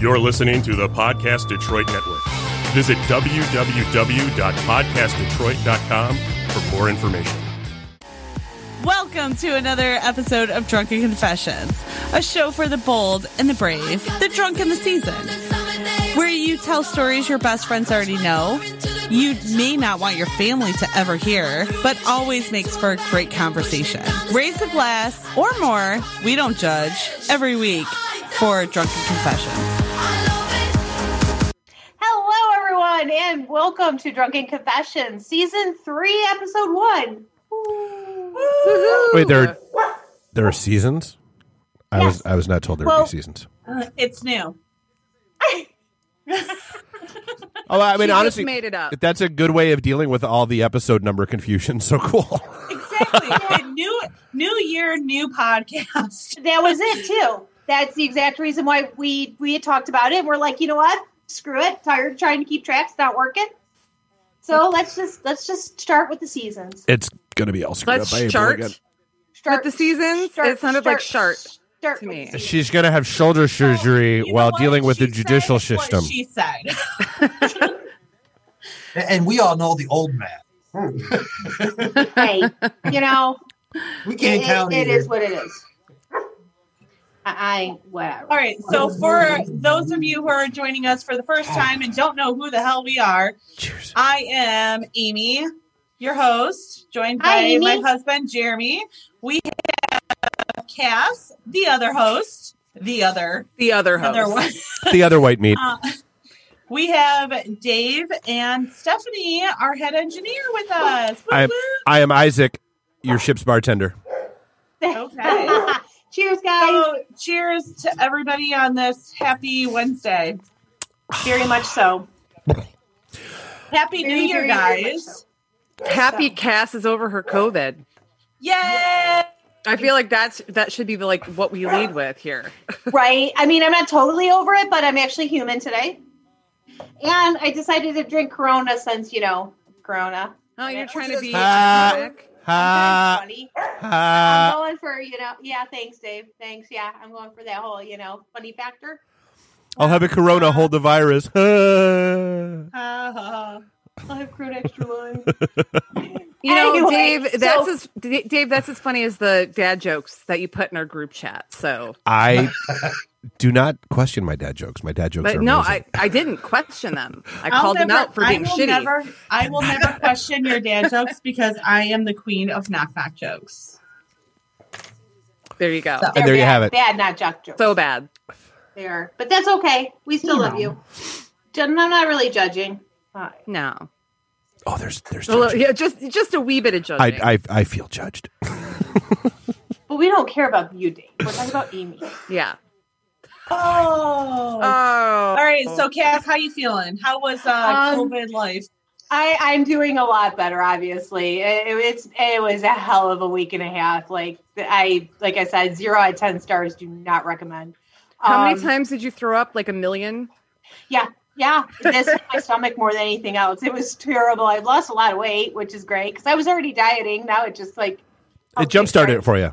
You're listening to the Podcast Detroit Network. Visit www.podcastdetroit.com for more information. Welcome to another episode of Drunken Confessions, a show for the bold and the brave, the drunk and the seasoned, where you tell stories your best friends already know, you may not want your family to ever hear, but always makes for a great conversation. Raise a glass or more, we don't judge, every week for Drunken Confessions. Hello, everyone, and welcome to Drunken Confessions, Season 3, Episode 1. Wait, there are, uh, there are seasons. I was I was not told there would Well- be seasons. uh, It's new. Oh, I mean, just honestly, made it up. That's a good way of dealing with all the episode number confusion. So cool. exactly. new new year, new podcast. That was it, too. That's the exact reason why we we had talked about it. We're like, you know what? Screw it. Tired of trying to keep track. It's not working. So let's just let's just start with the seasons. It's gonna be all screwed Let's up. I ain't chart. really Start With the seasons? It sounded like shart start to with the good. me. seasons. She's gonna have shoulder surgery Oh, You know while what? dealing with She the judicial said what system. she said. And- And we all know the old man. Hey, you know, We it, can't it, count it either. is what it is. I, I whatever. All right. So for those of you who are joining us for the first time and don't know who the hell we are, Cheers. I am Amy, your host, joined Hi, by Amy. my husband Jeremy. We have Cass, the other host, the other The other host. other one. the other white meat. Uh, we have Dave and Stephanie, our head engineer, with us. Woo, I- woo. I am Isaac, uh, your ship's bartender. Okay. Cheers, guys. So, cheers to everybody on this happy Wednesday. very much so. Happy Very, New Year, very, very much guys. so. Happy Cass is over her COVID. Yay! I feel like that's that should be like what we lead with here. right? I mean, I'm not totally over it, but I'm actually human today. And I decided to drink Corona since, you know, Corona. Oh, you're trying to be Ah. ironic. That's Ha funny. I'm ha. going for, you know, yeah, thanks, Dave. Thanks. Yeah, I'm going for that whole, you know, funny factor. I'll have a corona. Hold the virus. Ha. Ha, ha, I'll have Corona extra wine. You know, Anyway, Dave, that's so- as D- Dave, that's as funny as the dad jokes that you put in our group chat. So, I do not question my dad jokes. My dad jokes but are no, amazing. I, I didn't question them. I I'll called them never- out for being I will shitty. Never, I will never question your dad jokes because I am the queen of knock knock jokes. There you go. So- And there you have it. Bad, not jock jokes. So bad. they are. But that's okay. We still love you. Jen- I'm not really judging. Uh, No, Oh, there's there's. A little- judging. yeah, just just a wee bit of judging. I, I I feel judged. but we don't care about you, Dave. We're talking about Amy. yeah. Oh. Oh, All right. So, Cass, how you feeling? How was uh, Um, COVID life? I, I'm doing a lot better, obviously. It, it's it was a hell of a week and a half. Like I like I said, zero out of ten stars. Do not recommend. how many Um, times did you throw up? Like a million. Yeah, this hit my stomach more than anything else. It was terrible. I've lost a lot of weight, which is great because I was already dieting. Now it just like Oh, It jump started it for you.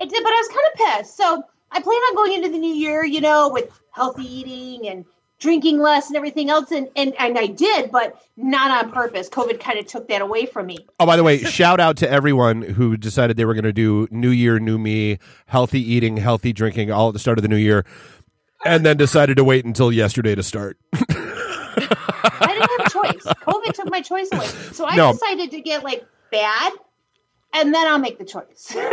It did, but I was kind of pissed. So I plan on going into the new year, you know, with healthy eating and drinking less and everything else. And and, and I did, but not on purpose. COVID kind of took that away from me. Oh, by the way, shout out to everyone who decided they were going to do New Year, New Me, healthy eating, healthy drinking, all at the start of the new year, and then decided to wait until yesterday to start. I didn't have a choice. COVID took my choice away. So I No. decided to get like bad and then I'll make the choice.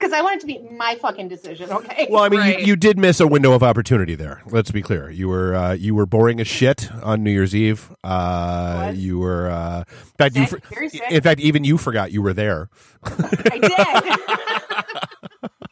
Because I want it to be my fucking decision, okay? Well, I mean, Right. you, you did miss a window of opportunity there. Let's be clear. You were uh, you were boring as shit on New Year's Eve. Uh, Was. you were, uh, in fact, you, Sick, very sick. for, in fact, even you forgot you were there. I did.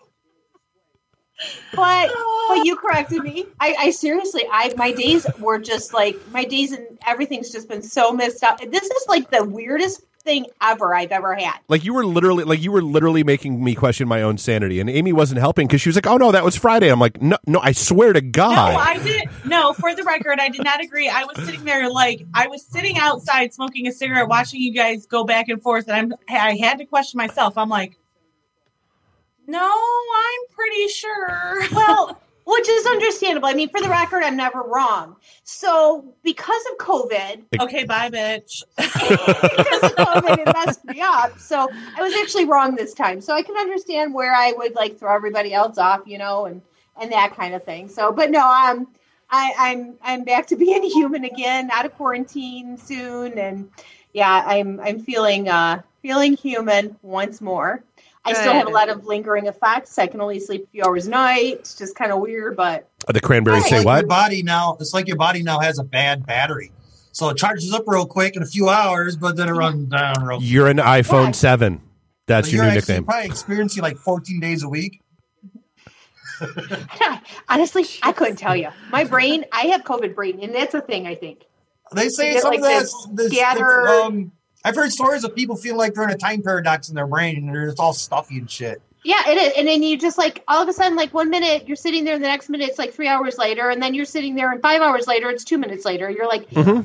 but but you corrected me. I, I seriously, I my days were just like my days and everything's just been so messed up. This is like the weirdest thing ever I've ever had. Like you were literally, like you were literally making me question my own sanity. And Amy wasn't helping because she was like, "Oh no, that was Friday." I'm like, "No, no, I swear to God." No, I didn't. No, for the record, I did not agree. I was sitting there like I was sitting outside smoking a cigarette, watching you guys go back and forth, and I'm I had to question myself. I'm like, no, I'm pretty sure. Well, which is understandable. I mean, for the record, I'm never wrong. So because of COVID, Okay, bye, bitch. because of COVID, it messed me up. So I was actually wrong this time. So I can understand where I would like throw everybody else off, you know, and and that kind of thing. So, but no, I'm I, I'm I'm back to being human again, out of quarantine soon, and yeah, I'm I'm feeling uh feeling human once more. I still have a Good. lot of lingering effects. I can only sleep a few hours a night. It's just kind of weird, but Uh, The cranberries Hey, say like what? Your body now. It's like your body now has a bad battery, so it charges up real quick in a few hours, but then it runs down real. quick. You're an iPhone Yeah. 7. That's So your you're new actually nickname. Probably experiencing like 14 days a week. honestly, I couldn't tell you. My brain, I have COVID brain, and that's a thing. I think. They say You get, some like, of that's this this, scattered- um, I've heard stories of people feeling like they're in a time paradox in their brain and they're just all stuffy and shit. Yeah, it is. And then you just like all of a sudden, like one minute you're sitting there, the next minute it's like three hours later, and then you're sitting there, and five hours later it's two minutes later. You're like, Mhm.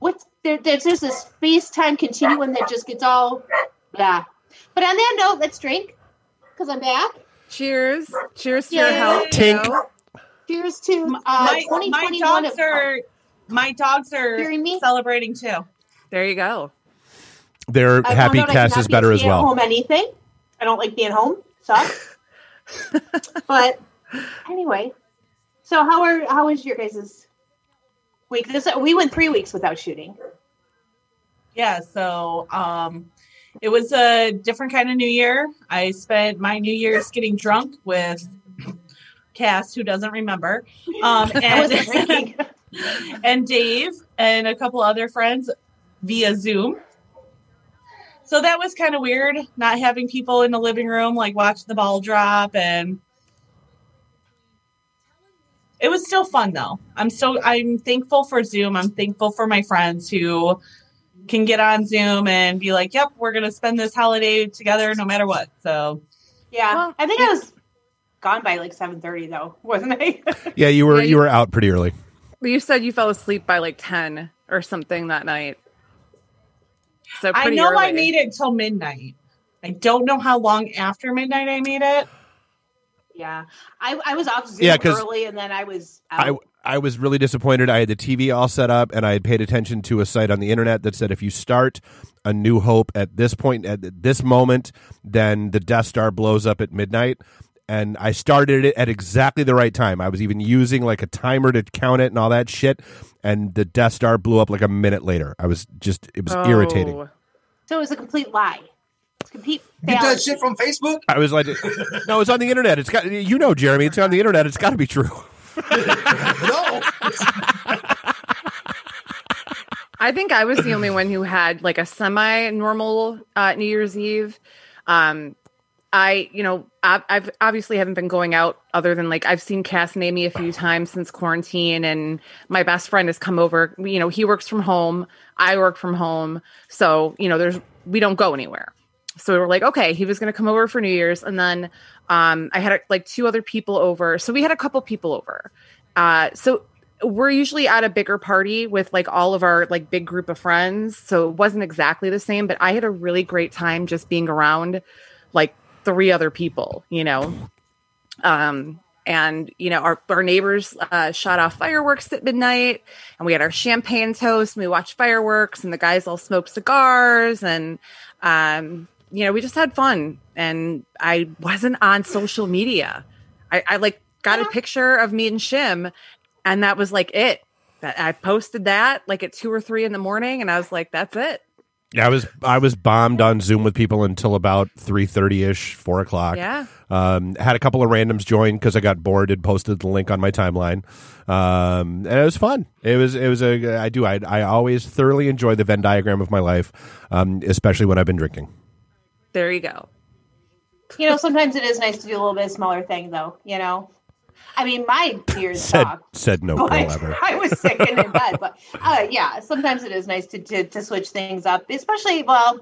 what's there, there's just this space time continuum that just gets all, yeah. But on that note, let's drink because I'm back. Cheers. Cheers to your Yay. health. Tink. Joe. Cheers to uh, my, my 2021. dogs of- are my dogs are Hearing me? celebrating too. There you go. Their I found happy out I cast cannot is be better a as well. stay-at-home anything. I don't like being home. Sucks. but anyway, so how are how is your guys' week? This we went three weeks without shooting. Yeah, so um it was a different kind of new year. I spent my new year's getting drunk with Cass, who doesn't remember, um, I wasn't and, drinking. and Dave and a couple other friends via Zoom. So that was kind of weird, not having people in the living room, like watching the ball drop, and it was still fun though. I'm so I'm thankful for Zoom. I'm thankful for my friends who can get on Zoom and be like, "Yep, we're gonna spend this holiday together, no matter what." So Yeah, Well, I think I was gone by like seven thirty though, wasn't I? Yeah, you were Yeah, you you- were out pretty early. You said you fell asleep by like 10 or something that night. So I pretty know I early. made it till midnight. I don't know how long after midnight I made it. yeah, I, I was off Zoom Yeah, 'cause early, and then I was I out. I was really disappointed. I had the TV all set up, and I had paid attention to a site on the internet that said if you start a New Hope at this point at this moment, then the Death Star blows up at midnight. And I started it at exactly the right time. I was even using like a timer to count it and all that shit. And the Death Star blew up like a minute later. I was just it was irritating. Oh. so it was a complete lie. It's a complete You get that fallacy. shit from Facebook? I was like, no, it's on the internet. It's got you know, Jeremy. It's on the internet. It's got to be true. No. I think I was the only one who had like a semi-normal uh, New Year's Eve. Um, I, you know, I've, I've obviously haven't been going out other than like I've seen Cass and Amy a few times since quarantine, and my best friend has come over. You know, he works from home, I work from home, so you know, there's we don't go anywhere. So we were like, okay, he was going to come over for New Year's, and then um, I had like two other people over, so we had a couple people over. Uh, so we're usually at a bigger party with like all of our like big group of friends so it wasn't exactly the same but i had a really great time just being around like three other people you know um and you know our, our neighbors uh, shot off fireworks at midnight and we had our champagne toast and we watched fireworks and the guys all smoked cigars and um you know we just had fun and i wasn't on social media i, I like got a picture of me and shim and that was like it that i posted that like at two or three in the morning and i was like that's it Yeah, I was I was bombed on Zoom with people until about three thirty ish, four o'clock. yeah Um, had a couple of randoms join because I got bored and posted the link on my timeline. Um, and it was fun. It was it was a I do I I always thoroughly enjoy the Venn diagram of my life, um, especially when I've been drinking. there you go you know, sometimes it is nice to do a little bit smaller thing though. You know, I mean, my ears Said talk. said no girl But ever. Oh, I was sick and in bed, but uh, yeah, sometimes it is nice to, to to switch things up, especially well.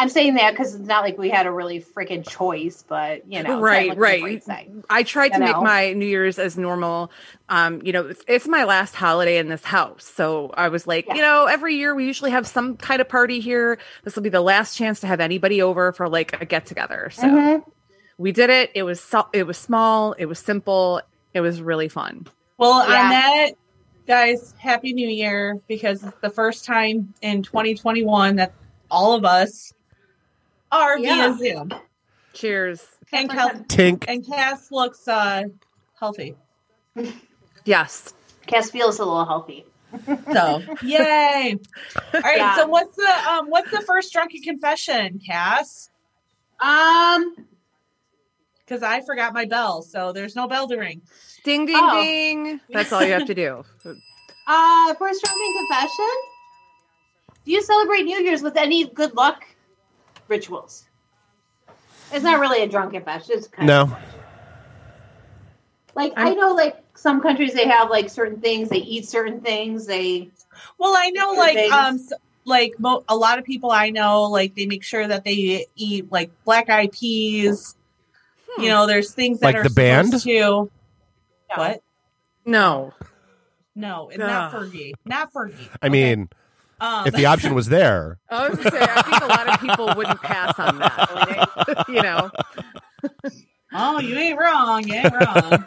I'm saying that because it's not like we had a really freaking choice, but you know, it's not Right, like the right. bright side. I tried to You make know? my New Year's as normal. Um, you know, it's, it's my last holiday in this house, so I was like, Yeah. you know, every year we usually have some kind of party here. This will be the last chance to have anybody over for like a get together. So Mhm. we did it. It was so- it was small. It was simple. It was really fun. Well, Yeah. on that, guys, happy new year because it's the first time in 2021 that all of us are Yeah. via Zoom. Cheers. And, Cal- Tink. and Cass looks uh, healthy. Yes. Cass feels a little healthy. So, yay. All right. Yeah. So, what's the um, what's the first drunken confession, Cass? Um, Because I forgot my bell, so there's no bell to ring. Ding ding Oh. ding. That's all you have to do. uh, first drunken confession. Do you celebrate New Year's with any good luck rituals? It's not really a drunk confession. It's kind of No. like i I'm- know, like some countries they have like certain things they eat, certain things they. Well, I know, like, Things. um, s- like mo- a lot of people I know, like they make sure that they eat like black eyed peas. Hmm. You know, there's things that Like are the band? supposed to. What? No. No, it's not Ugh. Fergie. Not Fergie. I mean, Um, if the option was there, I was gonna say I think a lot of people wouldn't pass on that. like, you know. oh, you ain't wrong. You ain't wrong.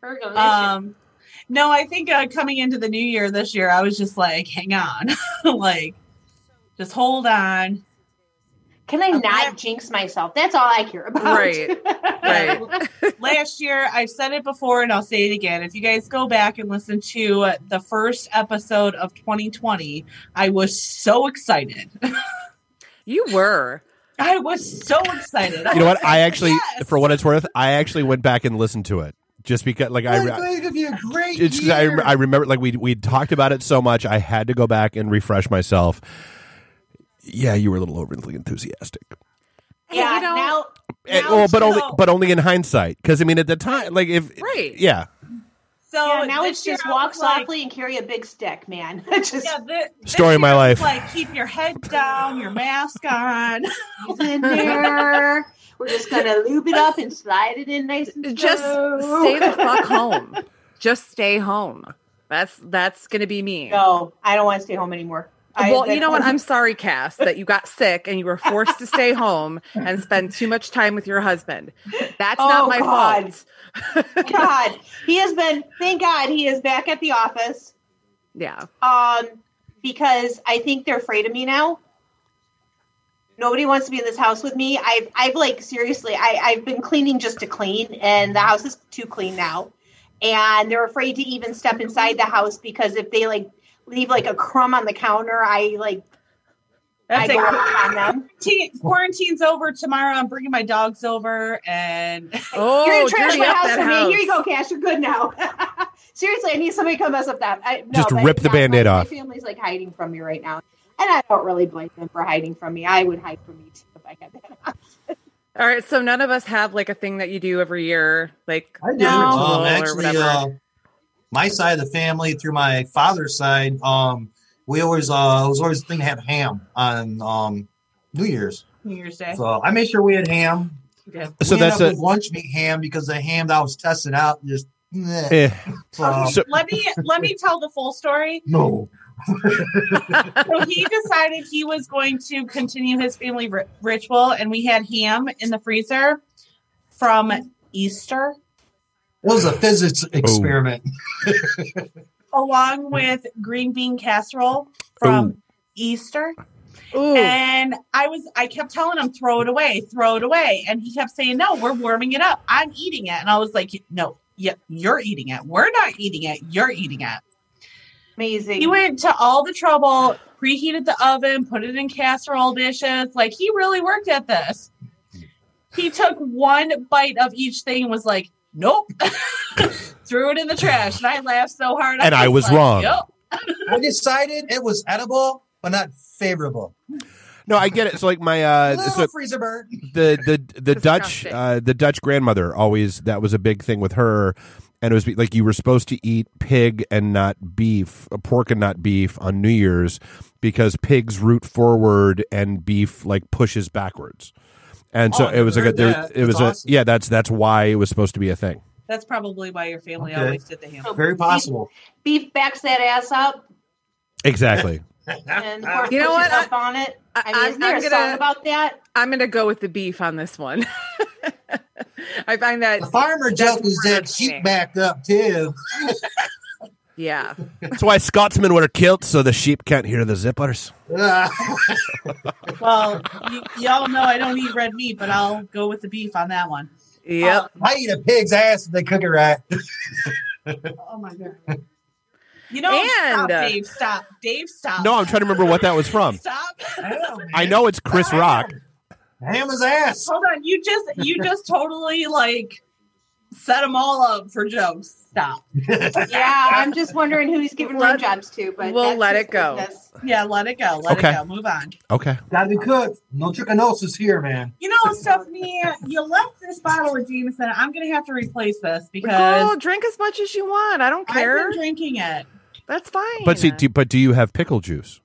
Virgo, um, no, I think uh, coming into the new year this year, I was just like, hang on, like, just hold on. Can I I'm not glad- jinx myself? That's all I care about. Right. Right. last year i've said it before and i'll say it again if you guys go back and listen to uh, the first episode of 2020 i was so excited You were. i was so excited you know what? I actually, Yes. for what it's worth, I actually went back and listened to it just because, like, I. Like, like, it'd be a great it's 'cause I, year. rem- I remember like we we talked about it so much I had to go back and refresh myself. Yeah, you were a little overly enthusiastic. Yeah. You know- now, Eh, Now well, but too. only but only in hindsight because I mean at the time like if Right. yeah so yeah, now this it's year just I walk was like, softly and carry a big stick, man. just yeah, thi- this Story of my year I was life. Like, keep your head down, your mask on. It's in there. We're just gonna lube it up and slide it in nice and Just slow. stay the fuck home. Just stay home. That's that's gonna be me. No, I don't want to stay home anymore. I- Well, you that- know what? I'm sorry, Cass, that you got sick and you were forced to stay home and spend too much time with your husband. That's Oh, not my God. fault. God, he has been. Thank God, he is back at the office. Yeah. Um, because I think they're afraid of me now. Nobody wants to be in this house with me. I've, I've like seriously, I, I've been cleaning just to clean, and the house is too clean now. And they're afraid to even step inside the house because if they like leave like a crumb on the counter, I like I That's go it. off on them. Quarantine- Quarantine's over tomorrow. I'm bringing my dogs over, and Oh, You're gonna trash dirty my up house that for me. Here you house. go, Cash. You're good now. seriously, I need somebody to come mess up that. I, no, Just but rip the yeah, my- Band-Aid off. My family's like hiding from me right now, and I don't really blame them for hiding from me. I would hide from me too if I had that. All right. So none of us have like a thing that you do every year, like I do. a No. ritual Um, actually, or whatever. uh, my side of the family, through my father's side, um, we always uh, it was always a thing to have ham on um, New Year's. New Year's Day. So I made sure we had ham. so we that's ended up a with lunch meat ham because the ham that I was testing out just meh. eh. So, um, So- Um, let me let me tell the full story. no. so he decided he was going to continue his family ri- ritual, and we had ham in the freezer from Easter, It was a physics Oh. experiment. along with green bean casserole from Easter. Ooh, And I was, I kept telling him, throw it away, throw it away, and he kept saying, no, we're warming it up. I'm eating it, and I was like, no, yeah, you're eating it. We're not eating it. You're eating it. Amazing. He went to all the trouble, preheated the oven, put it in casserole dishes. Like he really worked at this. He took one bite of each thing and was like, "Nope," threw it in the trash, and I laughed so hard. And I was like, wrong. "Yep." I decided it was edible, but not favorable. no I get it so like my uh Little so freezer bird. the the the Dutch Disgusting. uh, the Dutch grandmother always that was a big thing with her, and it was be- like you were supposed to eat pig and not beef, uh, pork and not beef on New Year's because pigs root forward and beef like pushes backwards, and so Oh, I it was like a, never there, heard it that. That's was awesome. a yeah that's that's why it was supposed to be a thing. That's probably why your family Okay. always did the ham. Very possible. beef backs that ass up Exactly. and of course Uh, You know pushes what? up on it. I, I mean, am isn't there a gonna song about that? I'm gonna go with the beef on this one. I find that The farmer That's joke is more that entertaining. sheep backed up too. yeah. That's why Scotsmen wear kilts so the sheep can't hear the zippers. Ah. Well, y- y'all know I don't eat red meat, but I'll go with the beef on that one. Yep. Oh, I eat a pig's ass if they cook it right. Oh my god. You know, And, stop, uh, Dave. Stop, Dave. Stop. No, I'm trying to remember what that was from. Stop. I know it's Chris Rock. Ham is ass. Hold on. You just, you just totally like set them all up for jokes. Stop. yeah, I'm just wondering who he's giving Let- blowjobs to, but we'll that's let his it go. business. Yeah, let it go. Let Okay. it go. Move on. Okay. Gotta be cooked. No trichinosis here, man. You know, Stephanie, you left this bottle of Jameson. I'm gonna have to replace this Girl, because drink as much as you want. I don't I've care. been drinking it. That's fine. But see, do, but do you have pickle juice?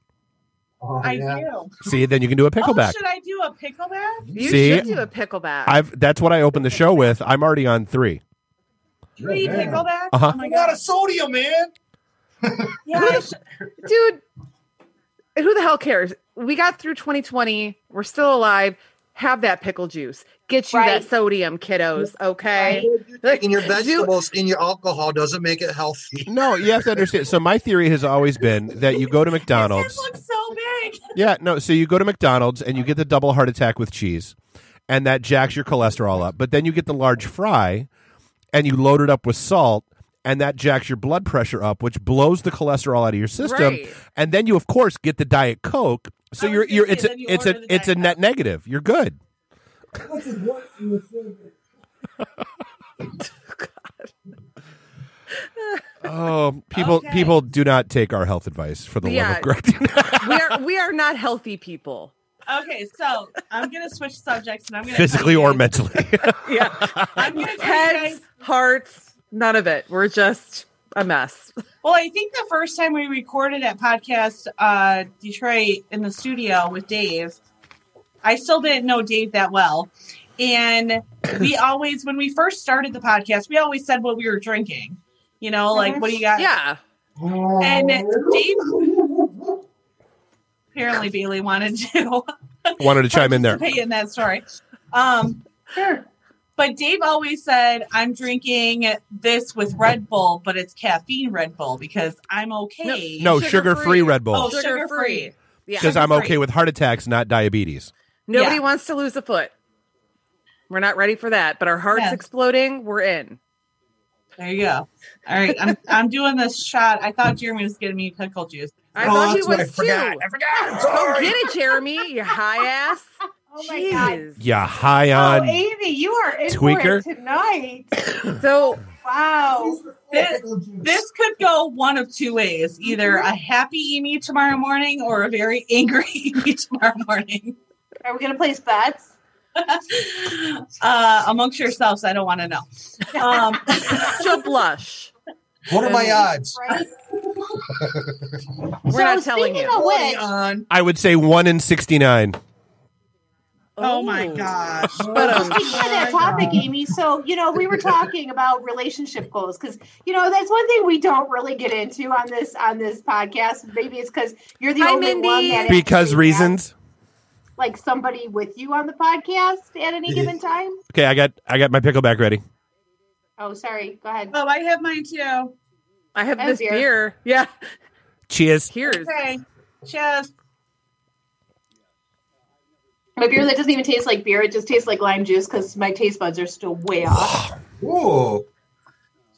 Oh, I yeah. do. See, then you can do a Oh, pickleback. should I do a pickleback? you see, should do a pickleback. I've that's what I opened the show with. I'm already on three. Three Yeah. pickleback? Uh-huh. Oh my A lot god. of sodium, man. Yeah, I should- Dude, who the hell cares? We got through 2020. We're still alive. Have that pickle juice. Get you Right. that sodium, kiddos. Okay. In your vegetables, in your alcohol doesn't make it healthy. No, you have to understand. So my theory has always been that you go to McDonald's. This looks so big. Yeah, no. So you go to McDonald's and you get the double heart attack with cheese, and that jacks your cholesterol up. But then you get the large fry, and you load it up with salt, and that jacks your blood pressure up, which blows the cholesterol out of your system. Right. And then you, of course, get the diet coke. So Oh, I was you're gonna say, you're it's a, then you it's a order the it's a Diet net negative. You're good. Oh, people Okay. people do not take our health advice for the love Yeah. of God. we are we are not healthy people. Okay, so I'm gonna switch subjects and I'm gonna physically tell you or guys- mentally. Yeah. I'm gonna tell you Heads, guys. hearts, none of it. We're just a mess. Well, I think the first time we recorded at podcast uh, Detroit in the studio with Dave, I still didn't know Dave that well, and we always when we first started the podcast, we always said what we were drinking. You know, like what do you got? Mhm. Yeah. Oh. And Dave apparently Bailey wanted to. Wanted to chime in there. participate in that story. Um, sure. But Dave always said, I'm drinking this with Red Bull, but it's caffeine Red Bull because I'm okay. No, Sugar-free. sugar free Red Bull Oh, sugar free. Yeah. because I'm sugar-free. okay with heart attacks, not diabetes. Nobody Yeah. wants to lose a foot. We're not ready for that, but our heart's Yeah. exploding. We're in. There you go. All right. I'm, I'm doing this shot. I thought Jeremy was giving me pickle juice. I Oh, thought he that's what I was too. forgot. I forgot. Go get it, Jeremy. You high ass. Oh my god. Jeez. Yeah, high Oh, on. Amy, you are in Tweaker. for it tonight. So Wow. This, this could go one of two ways either a happy Amy tomorrow morning or a very angry Amy tomorrow morning. Are we gonna place bets? Uh, amongst yourselves, I don't want to know. Um, she'll blush. What are my odds? Right? We're so not telling speaking you. of What which, are the I would say one in sixty-nine. oh my gosh. Oh But um, Speaking of Oh that topic, Amy, so you know, we were talking about relationship goals because you know that's one thing we don't really get into on this on this podcast. Maybe it's because you're the Hi, only Mindy. one that Because actually has, reasons. like somebody with you on the podcast at any given time. Okay, I got I got my pickleback ready. Oh, sorry. Go ahead. Oh, I have mine too. I have Oh, this dear. beer. Yeah. Cheers. Here's Okay. Cheers. My beer that doesn't even taste like beer; it just tastes like lime juice because my taste buds are still way off. Ooh. So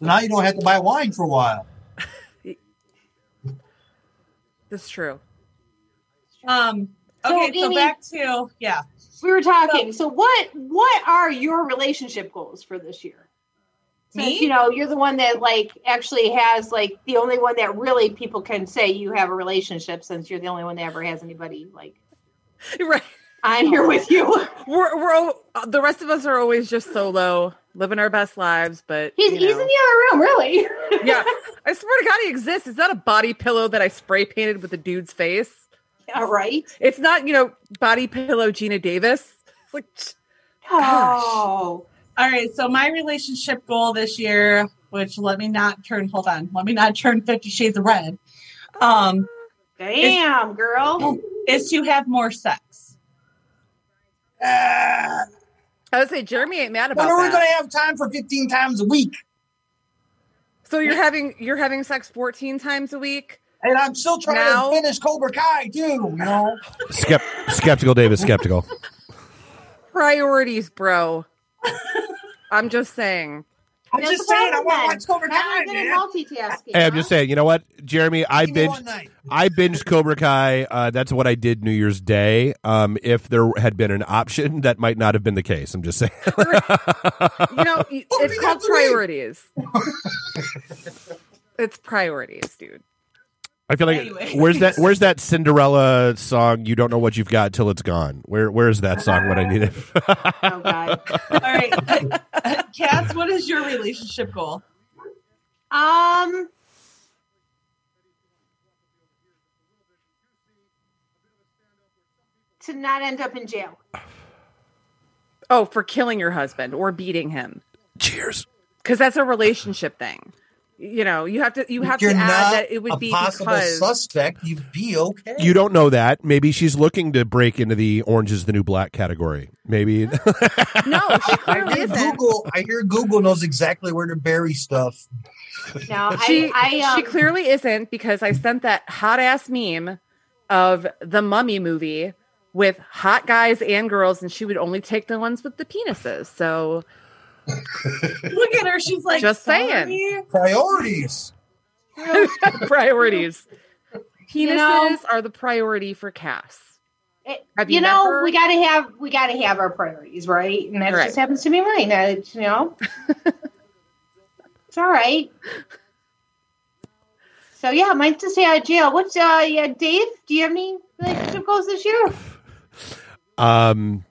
now you don't have to buy wine for a while. this is true. Um. So, Okay. So, Amy- back to yeah. We were talking. So, what what are your relationship goals for this year? Since Me? you know you're the one that like actually has like the only one that really people can say you have a relationship since you're the only one that ever has anybody like Right. I'm here with you. We're we're all, the rest of us are always just solo, living our best lives. But He's you he's in know. the other room, really. yeah. I swear to God, he exists. It's not a body pillow that I spray painted with a dude's face. All right. It's not, you know, body pillow Gina Davis. It's like, tch, Gosh. Oh, All right. So my relationship goal this year, which let me not turn. Hold on. Let me not turn Fifty Shades of Red. Um, damn, girl. is to have more sex. Ah, I would say Jeremy ain't mad about When are we that. going to have time for 15 times a week? so you're having you're having sex 14 times a week. And I'm still trying Now- to finish Cobra Kai too. You know, Skep- skeptical Dave is skeptical. Priorities, bro. I'm just saying. I'm That's just the saying I problem want to then. watch Cobra Kai, Not good man. at multitasking. Hey, I'm huh? just saying, you know what, Jeremy? I Give me one binged. night. I binged Cobra Kai. Uh, that's what I did New Year's Day. Um, if there had been an option, that might not have been the case. I'm just saying. You know, we it's got the called lead. priorities. it's priorities, dude. I feel like Anyway. where's that where's that Cinderella song? You don't know what you've got till it's gone. Where where is that song when I need it? Oh god. All right, uh, Cass, what is your relationship goal? Um. To not end up in jail. Oh, for killing your husband or beating him. Cheers. Because that's a relationship thing. You know, you have to you have You're to not add that it a would be possible because suspect. You'd be okay. You don't know that. Maybe she's looking to break into the orange is the new black category. Maybe no, she I clearly hear isn't. Google. I hear Google knows exactly where to bury stuff. No, She I, I um, she clearly isn't because I sent that hot ass meme of the mummy movie with hot guys and girls, and she would only take the ones with the penises. So Look at her; she's like, Just saying. "Sorry." Priorities. priorities. Penises You know- are the priority for Cass. It- Have you you know, never- we gotta have we gotta have our priorities, right? And that Right. just happens to be mine. I, you know, it's all right. So yeah, mine's to stay out of jail. What's uh, yeah, Dave? Do you have any relationship goals this year? um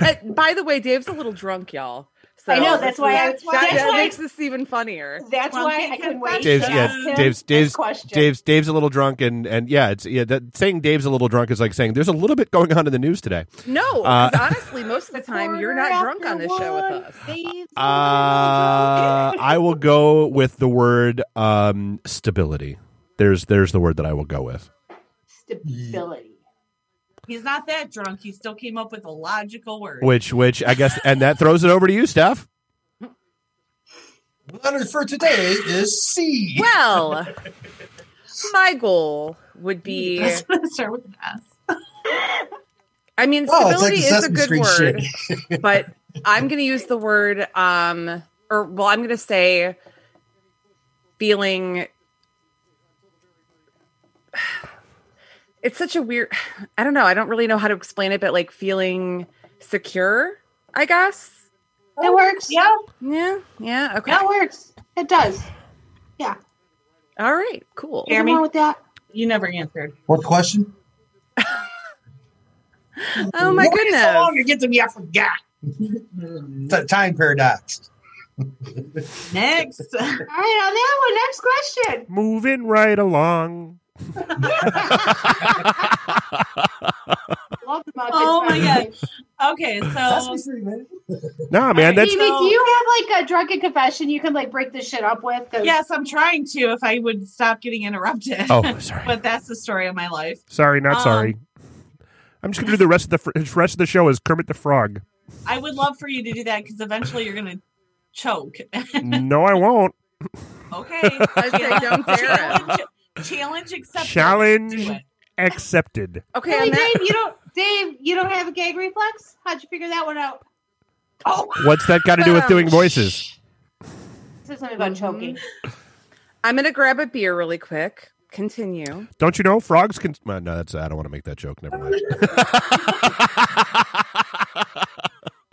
Uh, By the way, Dave's a little drunk, y'all. So I know, that's this why I- is- that, that's that why- makes this even funnier. That's Well, why can- I couldn't can- wait. Dave's to ask yeah, him Dave's this Dave's question. Dave's Dave's a little drunk and and yeah, it's yeah, that saying Dave's a little drunk is like saying there's a little bit going on in the news today. No, Uh, 'cause honestly, most of the time you're not Quarter drunk on this after show with one, us. Dave's Uh, I will go with the word um stability. There's there's the word that I will go with. uh, stability. He's not that drunk. He still came up with a logical word. Which which I guess and that throws it over to you, Steph. Letter for today is C. Well, my goal would be That's gonna start with an S. I mean, Oh, it's like stability the is a Sesame good Street word, shit. but I'm going to use the word, um, or well, I'm going to say feeling. It's such a weird, I don't know. I don't really know how to explain it, but like feeling secure, I guess. That works. Yeah, Yeah. Yeah. Okay. that works. It does. All right. Cool. Nothing Jeremy? wrong with that. you never answered. What question? Oh my What took So long to goodness. get to me, I forgot. T- time paradox. Next, All right, on that one. Next question. Moving right along. Love the Muppets. Oh, by my the God. way. okay, so Um, Nah, man, that's Phoebe, so- do you have like a drunken confession you can like break this shit up with? 'Cause yes, I'm trying to. If I would stop getting interrupted, Oh, sorry. but that's the story of my life. Sorry, not Um, sorry. I'm just gonna do the rest of the fr- rest of the show as Kermit the Frog. I would love for you to do that because eventually you're gonna choke. No, I won't. okay, I say don't dare it. challenge, challenge accepted. Challenge. Do it. Accepted. Okay. Really, on that- Dave, you don't. Dave, you don't have a gag reflex. How'd you figure that one out? What's that got to do with Um, doing voices? Says something about Mhm. choking. I'm going to grab a beer really quick. Continue. Don't you know frogs can? Well, no, that's I don't want to make that joke. Never mind.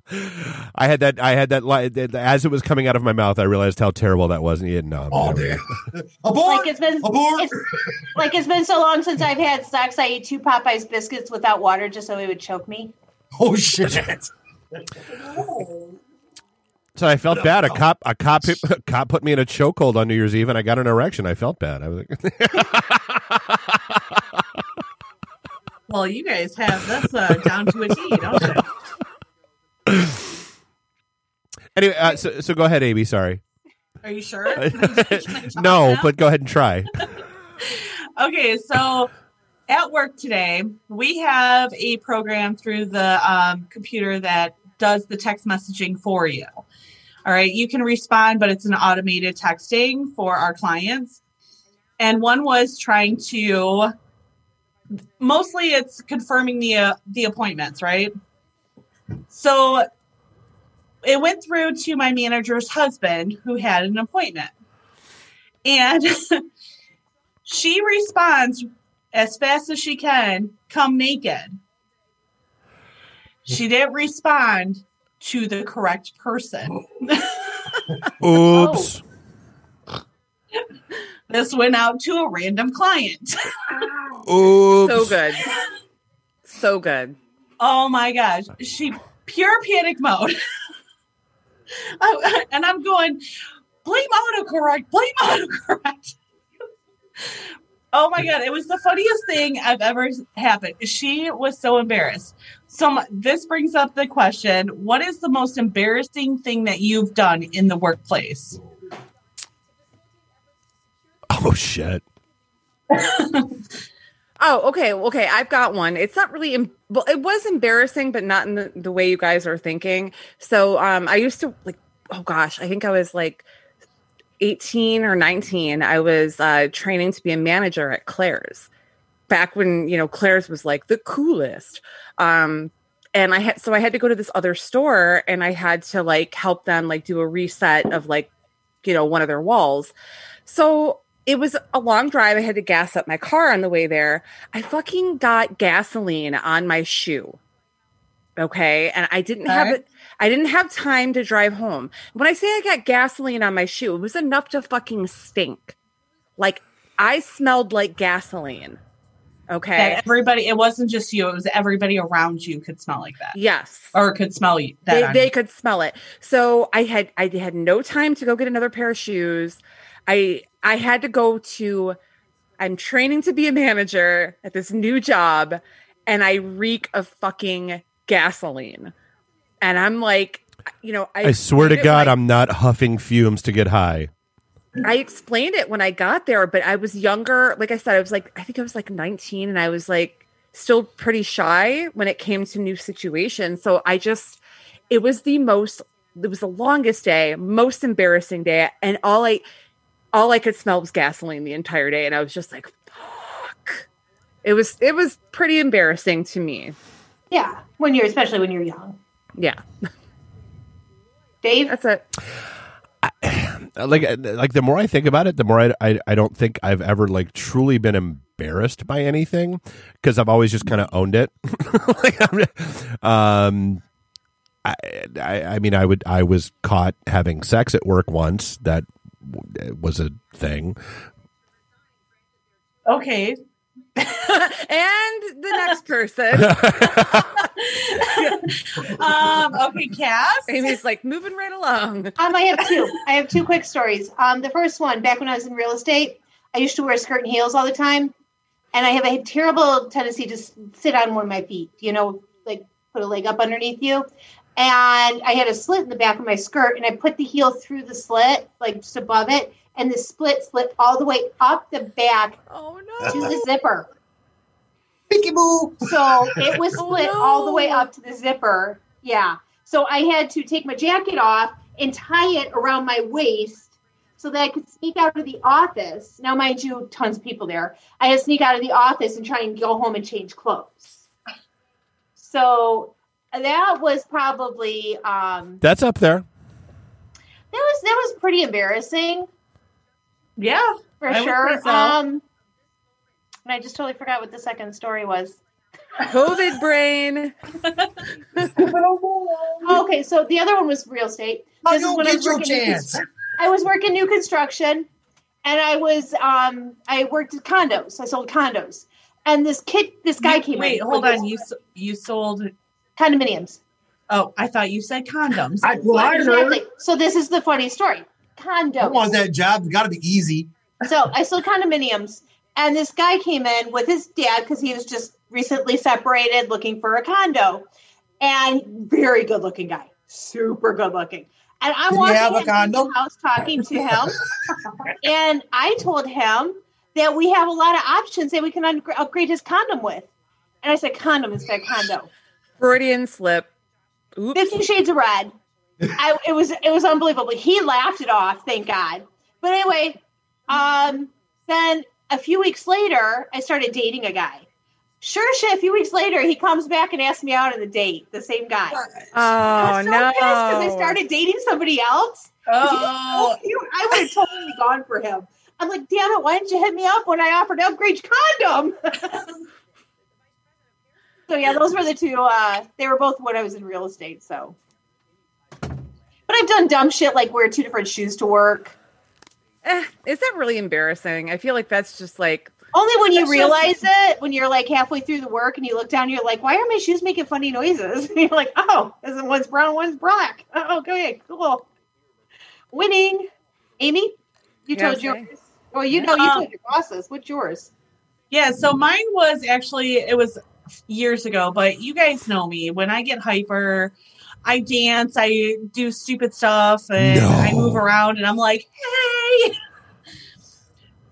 I had that. I had that. li- that- As it was coming out of my mouth, I realized how terrible that was, and you no. I'm Oh, never- man. Like Abort! it's been Abort! it's, like it's been so long since I've had sex. I ate two Popeyes biscuits without water just so it would choke me. Oh, shit. So I felt bad. A cop, a cop, a cop put me in a chokehold on New Year's Eve, and I got an erection. I felt bad. I was like, Well, you guys have this uh, down to a T, don't you? anyway. Uh, so, so go ahead, AB. Sorry. Are you sure? Can I talk no, now? but go ahead and try. okay. So at work today, we have a program through the um, computer that does the text messaging for you. All right, you can respond, but it's an automated texting for our clients. And one was trying to mostly it's confirming the uh, the appointments, right? So it went through to my manager's husband who had an appointment. And she responds as fast as she can, come naked. She didn't respond to the correct person. Oh. Oops. This went out to a random client. Oops. So good. So good. Oh my gosh. She pure panic mode. I- and I'm going, blame autocorrect, blame autocorrect. oh my God. It was the funniest thing I've ever happened. She was so embarrassed. So my- this brings up the question what is the most embarrassing thing that you've done in the workplace? Oh shit. Oh, okay. Okay. I've got one. It's not really, em- well, it was embarrassing, but not in the, the way you guys are thinking. So um, I used to, like, oh gosh, I think I was like 18 or 19. I was uh, training to be a manager at Claire's back when, you know, Claire's was like the coolest. Um, and I had, so I had to go to this other store and I had to like help them like do a reset of like, you know, one of their walls. So it was a long drive. I had to gas up my car on the way there. I fucking got gasoline on my shoe. Okay. And I didn't have Okay. it. I didn't have time to drive home. When I say I got gasoline on my shoe, it was enough to fucking stink. Like I smelled like gasoline. Okay. That everybody, it wasn't just you, it was everybody around you could smell like that yes. or could smell you. That they, on they you. could smell it so i had i had no time to go get another pair of shoes i i had to go to i'm training to be a manager at this new job and i reek of fucking gasoline and i'm like you know i, I swear to explained it God, when I'm not huffing fumes to get high. I, I explained it when i got there but i was younger like i said i was like i think i was like 19 and i was like still pretty shy when it came to new situations so i just it was the most it was the longest day most embarrassing day and all i all i could smell was gasoline the entire day and i was just like fuck it was it was pretty embarrassing to me Yeah, when you're especially when you're young, yeah Dave. that's it Uh, Like, uh, like the more I think about it, the more I, I, I don't think I've ever like truly been embarrassed by anything because I've always just kind of owned it. like, I'm, um, I, I, I mean, I would, I was caught having sex at work once. That w- was a thing. okay. and the next person Um, okay, Cass. amy's like moving right along Um, I have two. I have two quick stories. Um, the first one, back when I was in real estate, I used to wear a skirt and heels all the time, and I have a terrible tendency to s- sit on one of my feet. You know, like put a leg up underneath you. And I had a slit in the back of my skirt, and I put the heel through the slit, like just above it, and the split slit all the way up the back oh to no the zipper. Picky boo. So it was split no. all the way up to the zipper. Yeah. So I had to take my jacket off and tie it around my waist so that I could sneak out of the office. Now, mind you, tons of people there. I had to sneak out of the office and try and go home and change clothes. So that was probably um, That's up there. that was that was pretty embarrassing Yeah. for I would sure. say so. Um, and I just totally forgot what the second story was. covid brain Oh, Okay, so the other one was real estate. How Oh, This is you when I get was your working in chance? I was working new construction and I was um I worked at condos. I sold condos. And this kid this guy You- came Wait, in. hold with on. You s- you sold. condominiums. Oh, I thought you said condoms. I, well, I heard. Exactly. So this is the funny story. I want Condos. that job. It's got to be easy. So I sold condominiums and this guy came in with his dad because he was just recently separated looking for a condo. And very good looking guy. Super good looking. And I'm Did he walking have a into the condom? house talking to him. and I told him that we have a lot of options that we can un- upgrade his condom with. And I said condom instead of condo. Freudian slip. Oops. Fifty Shades of Red. I, it was it was unbelievable. He laughed it off, thank God. But anyway, um, then a few weeks later, I started dating a guy. Sure shit, a few weeks later, he comes back and asks me out on the date. The same guy. I Oh was so no! because I started dating somebody else. Oh, You- I would have totally gone for him. I'm like, damn it, why didn't you hit me up when I offered to upgrade your condom? so yeah, those were the two. Uh, they were both when I was in real estate. So, but I've done dumb shit like wear two different shoes to work. Eh, is that really embarrassing? I feel like that's just like Only when you That's just- realize it, when you're like halfway through the work and you look down, and you're like, why are my shoes making funny noises? And you're like, oh, this is- one's brown, one's black. Oh, okay, cool. Winning. Amy, you Yeah, told okay. yours. Well, you know, you Um, told your bosses. What's yours? yeah. So mine was actually it was years ago, but you guys know me. When I get hyper, I dance, I do stupid stuff, and No. I move around, and I'm like, hey.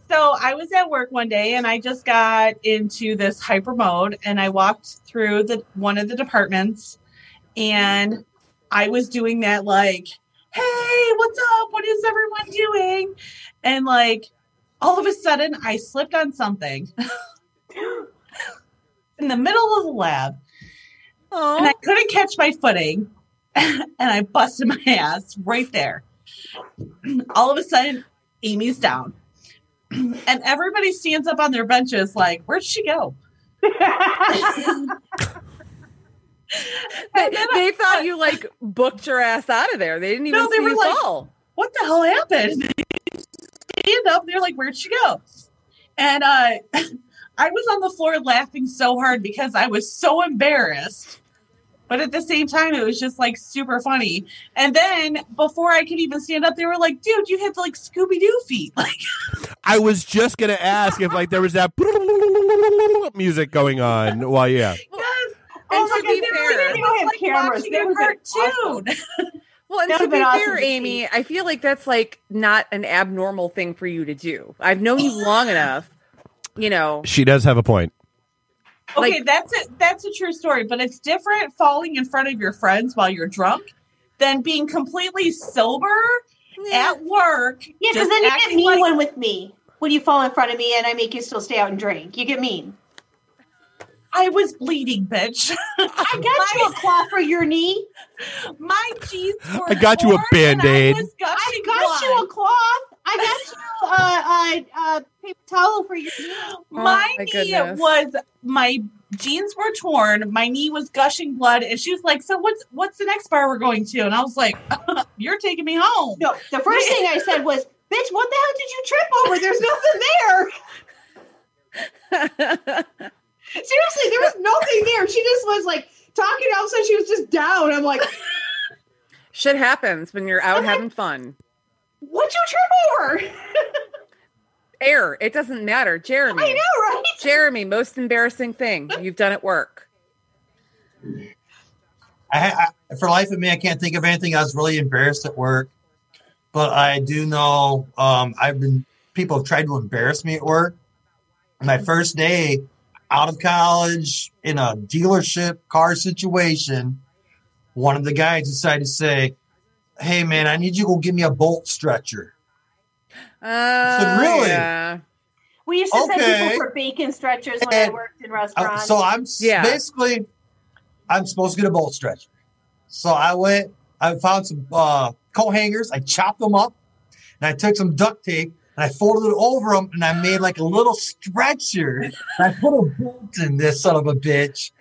So I was at work one day, and I just got into this hyper mode, and I walked through the one of the departments, and I was doing that like, hey, what's up? What is everyone doing? And like, all of a sudden, I slipped on something in the middle of the lab and Oh, I couldn't catch my footing, and I busted my ass right there. All of a sudden, Amy's down, and everybody stands up on their benches, like, "Where'd she go?" Oh they, they thought you like booked your ass out of there. They didn't even No, they see were you like- fall. What the hell happened? They stand up, they're like, "Where'd she go?" And uh, I was on the floor laughing so hard because I was so embarrassed. But at the same time, it was just like super funny. And then before I could even stand up, they were like, dude, you had like Scooby Doo feet. Like, I was just gonna ask if like there was that music going on while yeah. yes, And my to be God, they fair- were Oh They have like cameras. watching They a would've been cartoon. Well, and That to would've been be awesome fair, to see. Amy, I feel like that's like not an abnormal thing for you to do. I've known you long enough, you know. She does have a point. Okay, Like- that's it. That's a true story, but it's different falling in front of your friends while you're drunk than being completely sober Yeah. at work. Yeah, because just then you get acting mean like- one with me when you fall in front of me and I make you still stay out and drink. You get mean. I was bleeding, bitch. I got you a claw for your knee. My jeans. Were I got you a torn and Band-Aid. I, was gushing I got you a blood. cloth. I got you a uh, uh, paper towel for your knee. My, Oh, my knee goodness. was my jeans were torn. My knee was gushing blood, and she was like, "So what's what's the next bar we're going to?" And I was like, "You're taking me home." No, the first thing I said was, "Bitch, what the hell did you trip over? There's nothing there. Eh. Seriously, there was nothing there." She just was like talking. All of a sudden, she was just down. I'm like, Shit happens when you're out having fun. "What'd you trip over?" Air, it doesn't matter. Jeremy. I know, right? Jeremy, most embarrassing thing you've done at work. I, ha- I, for life of me, I can't think of anything I was really embarrassed at work. But I do know um, I've been people have tried to embarrass me at work. My first day out of college in a dealership car situation, one of the guys decided to say, "Hey man, I need you to go get me a bolt stretcher." Uh, really? Yeah. We used to send Okay. people for bacon stretchers when I And- worked in Uh, restaurants. so I'm s- Yeah. basically I'm supposed to get a bolt stretcher. So I went, I found some uh, coat hangers, I chopped them up, and I took some duct tape and I folded it over them and I made like a little stretcher. I put a bolt in this son of a bitch,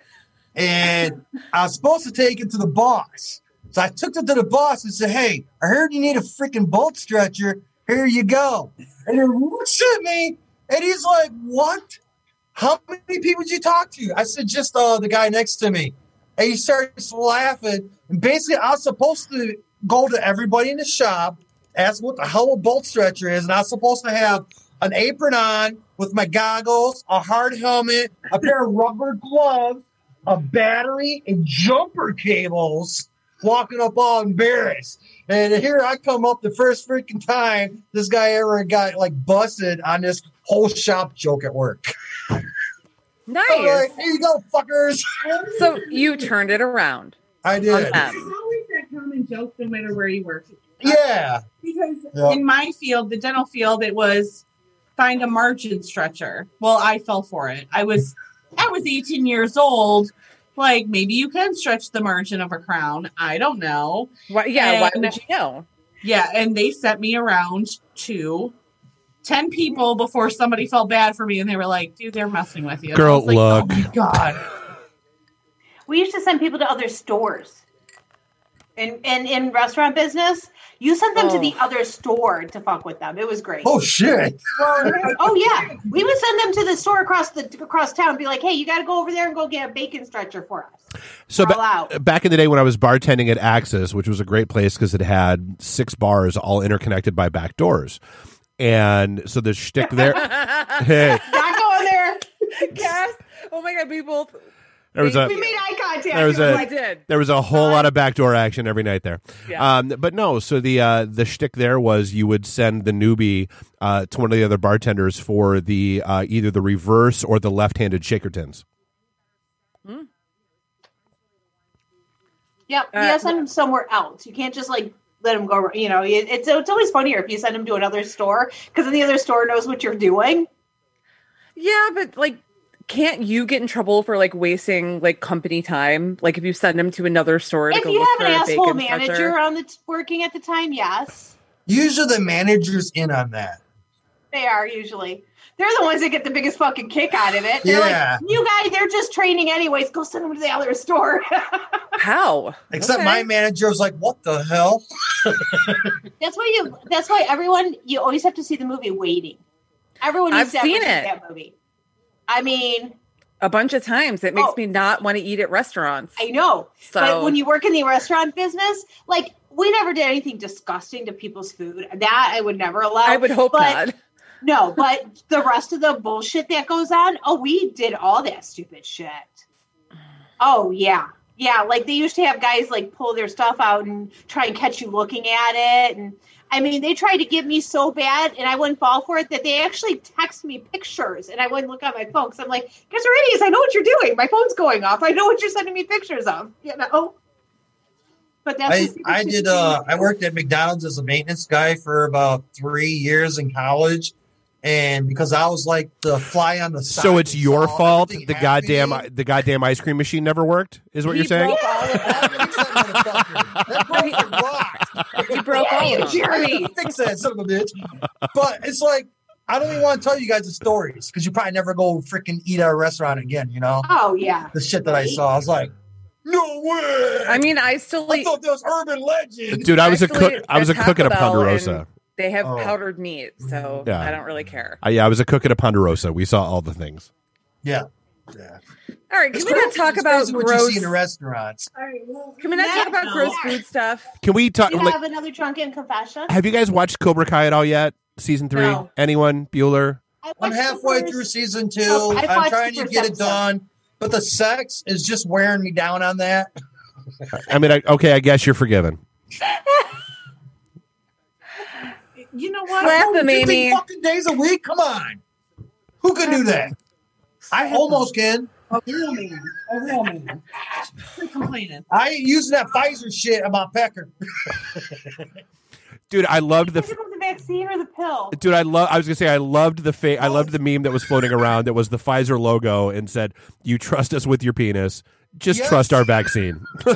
and I was supposed to take it to the boss. So I took it to the boss and said, "Hey, I heard you need a freaking bolt stretcher. Here you go." And he looks at me and he's like, "What?" how many people did you talk to? I said, just uh, the guy next to me. And he starts laughing. And basically, I was supposed to go to everybody in the shop, ask what the hell a bolt stretcher is, and I was supposed to have an apron on with my goggles, a hard helmet, a pair of rubber gloves, a battery, and jumper cables, walking up all embarrassed. And here I come up the first freaking time this guy ever got like busted on this whole shop joke at work. Nice. Oh, So I'm like, here you go, fuckers. So you turned it around. I on did. always them. that common joke, no matter where you work. Yeah. Because Yeah. in my field, the dental field, it was find a margin stretcher. Well, I fell for it. I was I was 18 years old. Like maybe you can stretch the margin of a crown. I don't know. Why, yeah. Why And- would you know? Yeah, and they sent me around to 10 people before somebody felt bad for me and they were like, dude, they're messing with you. And I Girl, was like, look. Oh my God. We used to send people to other stores. And and in restaurant business, you sent them Oh. to the other store to fuck with them. It was great. Oh shit. Oh yeah, we would send them to the store across the across town. And be like, hey, you got to go over there and go get a bacon stretcher for us. So All ba- out. back in the day when I was bartending at Axis, which was a great place because it had six bars all interconnected by back doors, and so the shtick there. Hey, Not going there. Cass, oh my god, we both there was a We made eye contact. There was We were a- I like, did. There was a whole lot of backdoor action every night there. Uh, Yeah. Um, but no, so the uh, the shtick there was you would send the newbie uh, to one of the other bartenders for the uh, either the reverse or the left handed shaker tins. yep, you got to send them somewhere else. You can't just like let them go. You know, it, it's it's always funnier if you send them to another store because then the other store knows what you're doing. Yeah, but like, can't you get in trouble for like wasting like company time? Like if you send them to another store to If go you look have an for a asshole bacon manager stretcher? on the working at the time, yes, Usually the manager's in on that. they are usually. They're the ones that get the biggest fucking kick out of it. They're Yeah. like, you guys, they're just training anyways. Go send them to the other store. how? Except Okay. my manager was like, what the hell? That's why you. That's why everyone. You always have to see the movie Waiting. Everyone. I've needs to have seen to see it. That movie. I mean, a bunch of times. It makes Oh. me not want to eat at restaurants. I know, so but when you work in the restaurant business, like we never did anything disgusting to people's food. That I would never allow. I would hope but- not. No, but the rest of the bullshit that goes on. Oh, we did all that stupid shit. Oh yeah. Yeah, like they used to have guys like pull their stuff out and try and catch you looking at it. And I mean, they tried to get me so bad and I wouldn't fall for it that they actually text me pictures and I wouldn't look on my phone because I'm like, guys are idiots. I know what you're doing. My phone's going off. I know what you're sending me pictures of, you know? But that's I, the stupid I shit did that they uh do. I worked at McDonald's as a maintenance guy for about three years in college. And because I was like the fly on the side. So it's your saw fault everything the goddamn happening. the goddamn ice cream machine never worked is what He you're saying? broke all of That them. motherfucker. That motherfucker rocked. He broke all You of them. jerk. Fix that son of a bitch. But it's like I don't even want to tell you guys the stories because you probably never go freaking eat at a restaurant again. You know Oh, yeah. the shit that I saw. I was like, no way. I mean, I still I eat. thought that was urban legend. Dude, I was a Actually, cook. I was a at cook at a Taco Bell Ponderosa. and- They have Oh. powdered meat, so Yeah. I don't really care. I, Uh, yeah, I was a cook at a Ponderosa. We saw all the things. Yeah. All right, can It's we not crazy- talk it's about crazy what you gross? see in the restaurants? Can we not Yeah. talk about gross food stuff? Can we talk? Do you like, have another drunken confession? have you guys watched Cobra Kai at all yet? Season three? No. Anyone? Bueller? I I'm watched the halfway first- through season two. Oh, I I'm watched trying the to first get it episode. done, but the sex is just wearing me down on that. I mean, I, okay, I guess you're forgiven. You know what? Slap him, Fifteen Amy. fucking days a week. Come on, who could do that? I almost can. A real man. A real man. Quit complaining. I ain't using that Pfizer shit about Pecker. Dude, I loved the. Is it the vaccine or the pill? Dude, I love. I was gonna say I loved the fa- I loved the meme that was floating around that was the Pfizer logo and said, "You trust us with your penis, just Yes. trust our vaccine." All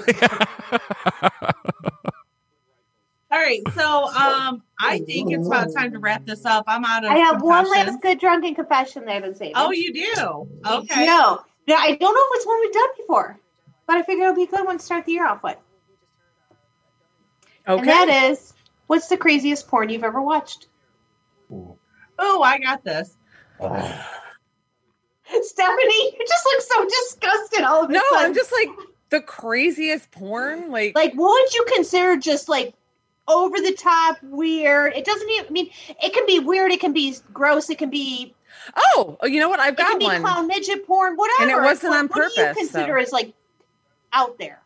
right. So um I think it's about time to wrap this up. I'm out of I have one confessions. last good drunken confession that I've been saving. Oh, you do? Okay. No, no, I don't know if it's one we've done before, but I figured it would be a good one to start the year off with. And Okay. that is, what's the craziest porn you've ever watched? Oh, I got this. Stephanie, you just look so disgusted all of a No, sudden. I'm just like the craziest porn. Like, like, what would you consider just like over the top weird? It doesn't even I mean it can be weird, it can be gross, it can be oh, you know what? I've it can got be one. clown midget porn, whatever. wasn't What- on What do you purpose, consider so. as like out there?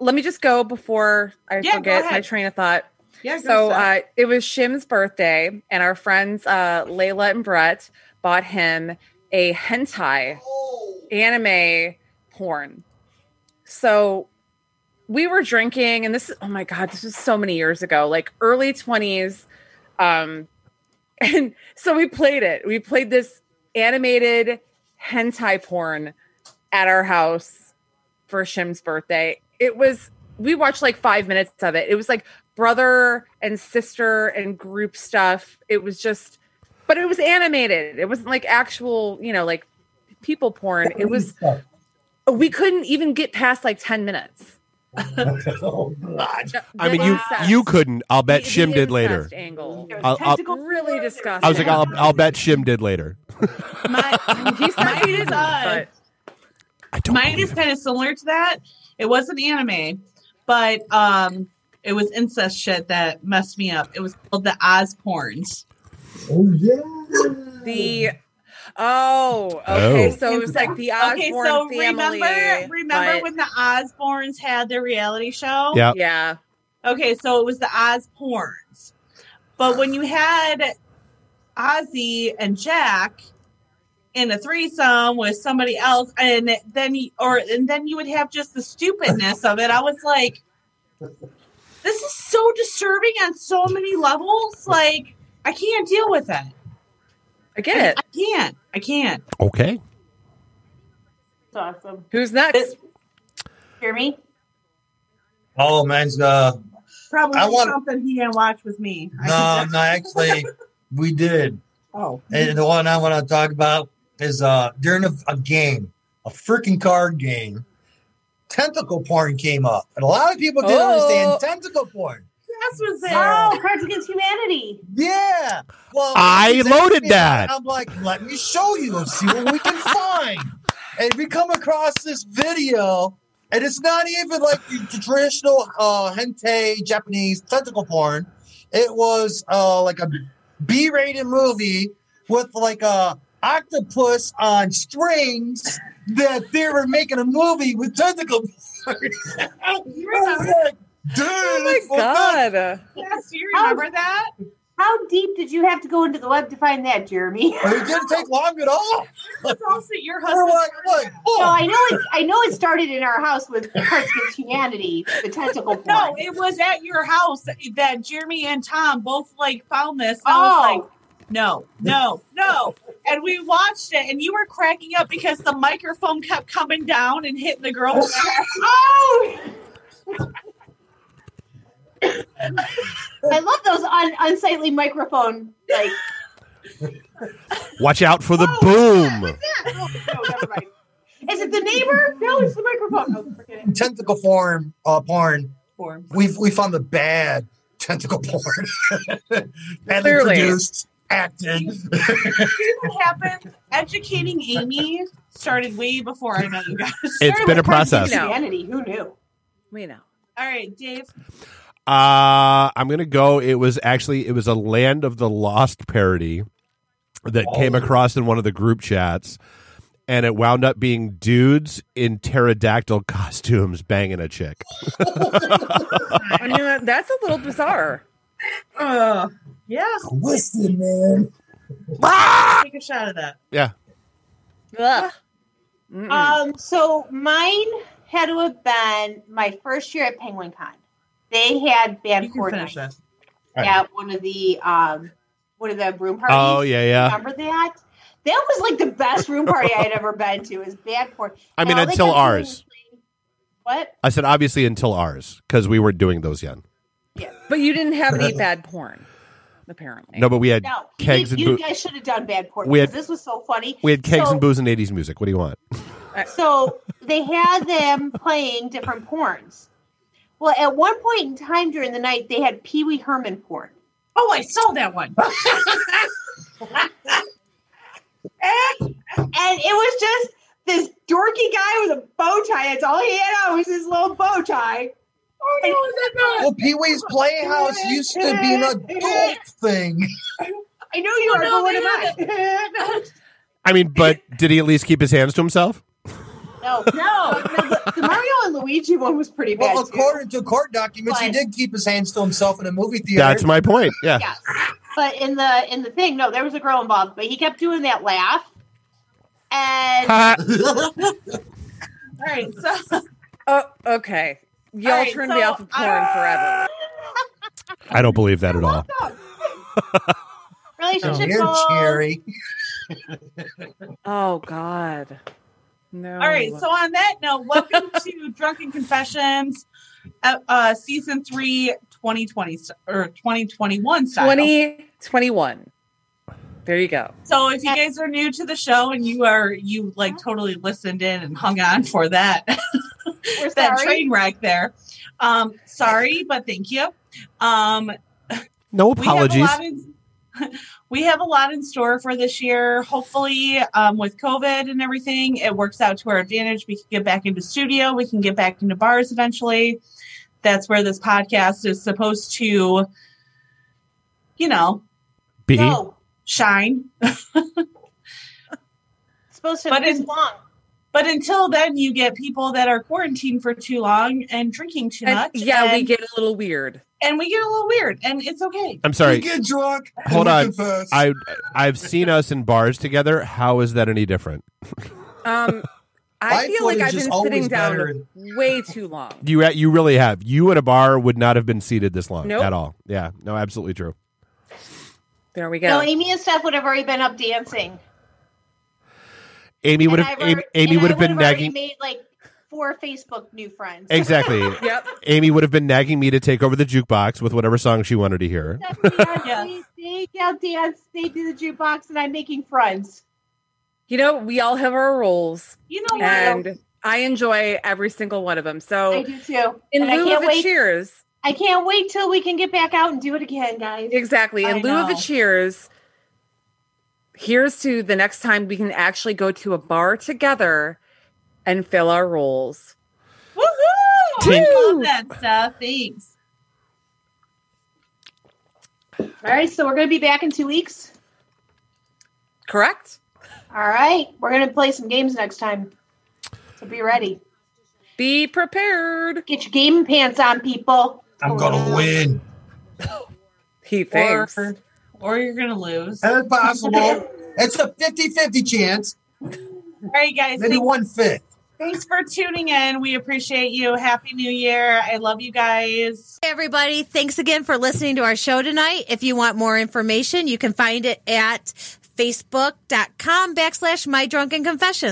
let me just go before I Yeah, go forget my ahead. train of thought. Yeah. go So Seth. uh, it was Shim's birthday, and our friends uh, Layla and Brett bought him a hentai anime porn. So we were drinking, and this oh my god, this was so many years ago, like early twenties. Um, and so we played it. We played this animated hentai porn at our house for Shim's birthday. It was we watched like five minutes of it. It was like brother and sister and group stuff. It was just, but it was animated. It wasn't like actual, you know, like people porn. It was. We couldn't even get past like ten minutes. oh God! The- I mean, the you incest- you couldn't. I'll bet the- Shim the did later. incest Angle. There's I'll- I'll- tentacles Really there, there's- disgusting. I was like, I'll, I'll bet Shim did later. My- he said he didn't, Mine uh, but I don't. uh, mine believe is it. kind of similar to that. It wasn't anime, but um, it was incest shit that messed me up. It was called the Oz Porns. Oh yeah. the oh, okay. Oh. So it was like the Osborne okay, so family. remember, remember but- when the Osbournes had their reality show? Yeah. yeah, Okay, so it was the Oz Porns, but when you had Ozzy and Jack in a threesome with somebody else, and then he- or and then you would have just the stupidness of it. I was like, this is so disturbing on so many levels. Like, I can't deal with it. I get it. I can't. I can't. okay. It's awesome. Who's next? Hear me? Oh man's uh, Probably I want- something he didn't watch with me. I no, think no, actually, we did. that- oh, And the one I want to talk about is uh during a, a game, a freaking card game, tentacle porn came up, and a lot of people didn't Oh. understand tentacle porn. that's was it. Oh, Cards Against Humanity. Yeah. Well, I they loaded sent me that. I'm like, let me show you, see what we can find. And we come across this video, and it's not even like the traditional uh, hentai Japanese tentacle porn. It was uh, like a B-rated movie with like a octopus on strings that they were making a movie with tentacle porn. I was like, dude, Oh my it's fucked up. god. Yes, you remember that? How deep did you have to go into the web to find that, Jeremy? And it didn't take long at all. That's also your We're husband. like, like, No, oh, I know it. I know it started in our house with Cards Against Humanity, the tentacle porn. No, it was at your house that Jeremy and Tom both like found this. And Oh, I was like, no, no, no. And we watched it and you were cracking up because the microphone kept coming down and hitting the girl's chest. oh, I love those un- unsightly microphone. Like, Watch out for the boom. oh, no, never mind. Is it the neighbor? No, it's the microphone. Oh, forget it. tentacle form uh, porn. Form. We we found the bad tentacle porn. Badly Clearly. produced, acted. What happened? Educating Amy started way before I met you guys. It's been a process. No. Humanity. Who knew? We know. All right, Dave. Uh, I'm gonna go. It was actually it was a Land of the Lost parody that came across in one of the group chats, and it wound up being dudes in pterodactyl costumes banging a chick. I mean, that- that's a little bizarre. Uh, yeah, Listen, man. take a shot of that. Yeah, Ugh. Hmm. Mm-mm. Uh, Um, so mine had to have been my first year at Penguin Con. They had You band can coordinators finish that. at one of the um one of the room parties. oh yeah, yeah. Remember that? That was like the best room party I had ever been to. Is band coordinator. I mean, And all they until kept doing ours. was playing- What? I said obviously until ours because we weren't doing those yet. But you didn't have any bad porn, apparently. No, but we had No, kegs you, and you boo- guys should have done bad porn. We had- because this was so funny. we had kegs So- and booze and 80s music. What do you want? So they had them playing different porns. Well, at one point in time during the night, they had Pee Wee Herman porn. Oh, I saw that one. and it was just this dorky guy with a bow tie. That's all he had on was his little bow tie. Oh, no, is that not? Well, Pee Wee's Playhouse used to be an adult thing. I know you Oh, are, no, but what they am I? I mean, but did he at least keep his hands to himself? no, No, no. the, the Mario and Luigi one was pretty bad. Well, too. according to court documents, he But- did keep his hands to himself in a movie theater. That's my point. Yeah. Yes. But in the in the thing, no, there was a girl involved, but he kept doing that laugh. And Ha. All right, so Oh, okay. Y'all All right, turned so me off of porn I- forever. I don't believe that at all. relationship You're goals. cherry. Oh God. No. all right, so on that note, welcome to Drunken Confessions, uh, uh, season three, 2020 s- or 2021 style. twenty twenty one. There you go. So if you guys are new to the show and you are you like totally listened in and hung on for that We're that sorry. train wreck there, um, sorry but thank you. Um, we No have a apologies. lot in, we have a lot in store for this year. Hopefully, um, with COVID and everything, it works out to our advantage. We can get back into studio. We can get back into bars eventually. That's where this podcast is supposed to, you know, B. No, shine. it's supposed to But be this in- long. But until then, you get people that are quarantined for too long and drinking too And- much. yeah, we and- get a little weird. and we get a little weird, and it's okay. I'm sorry. You get drunk. and Hold we on. confess. I I've seen us in bars together. How is that any different? My Um, I feel foot like is I've just been always sitting down better. way too long. You you really have. You in a bar would not have been seated this long Nope. at all. Yeah. No, absolutely true. There we No, go. Amy and Steph would have already been up dancing. Amy would And have I've already- Amy, Amy and would I have been already nagging. Made like four Facebook new friends. Exactly. Yep. Amy would have been nagging me to take over the jukebox with whatever song she wanted to hear. Yeah. Exactly. They now dance. They do the jukebox, and I'm making friends. You know, we all have our roles, You know what? and I enjoy every single one of them. I So, do too. in and I lieu can't of a wait. cheers, I can't wait till we can get back out and do it again, guys. exactly. In I lieu of a know. cheers, here's to the next time we can actually go to a bar together and fill our roles. Woohoo! I Tink. love that stuff. Thanks. All right, so we're gonna be back in two weeks. Correct? All right, we're gonna play some games next time. So be ready. Be prepared. Get your gaming pants on, people. I'm gonna win. He thinks. Or, or you're gonna lose. All That's possible. It's a 50-50 chance. right, guys. Maybe Thanks, one fifth. thanks for tuning in. We appreciate you. Happy New Year. I love you guys. Hey, everybody. Thanks again for listening to our show tonight. If you want more information, you can find it at facebook.com backslash my drunken confession.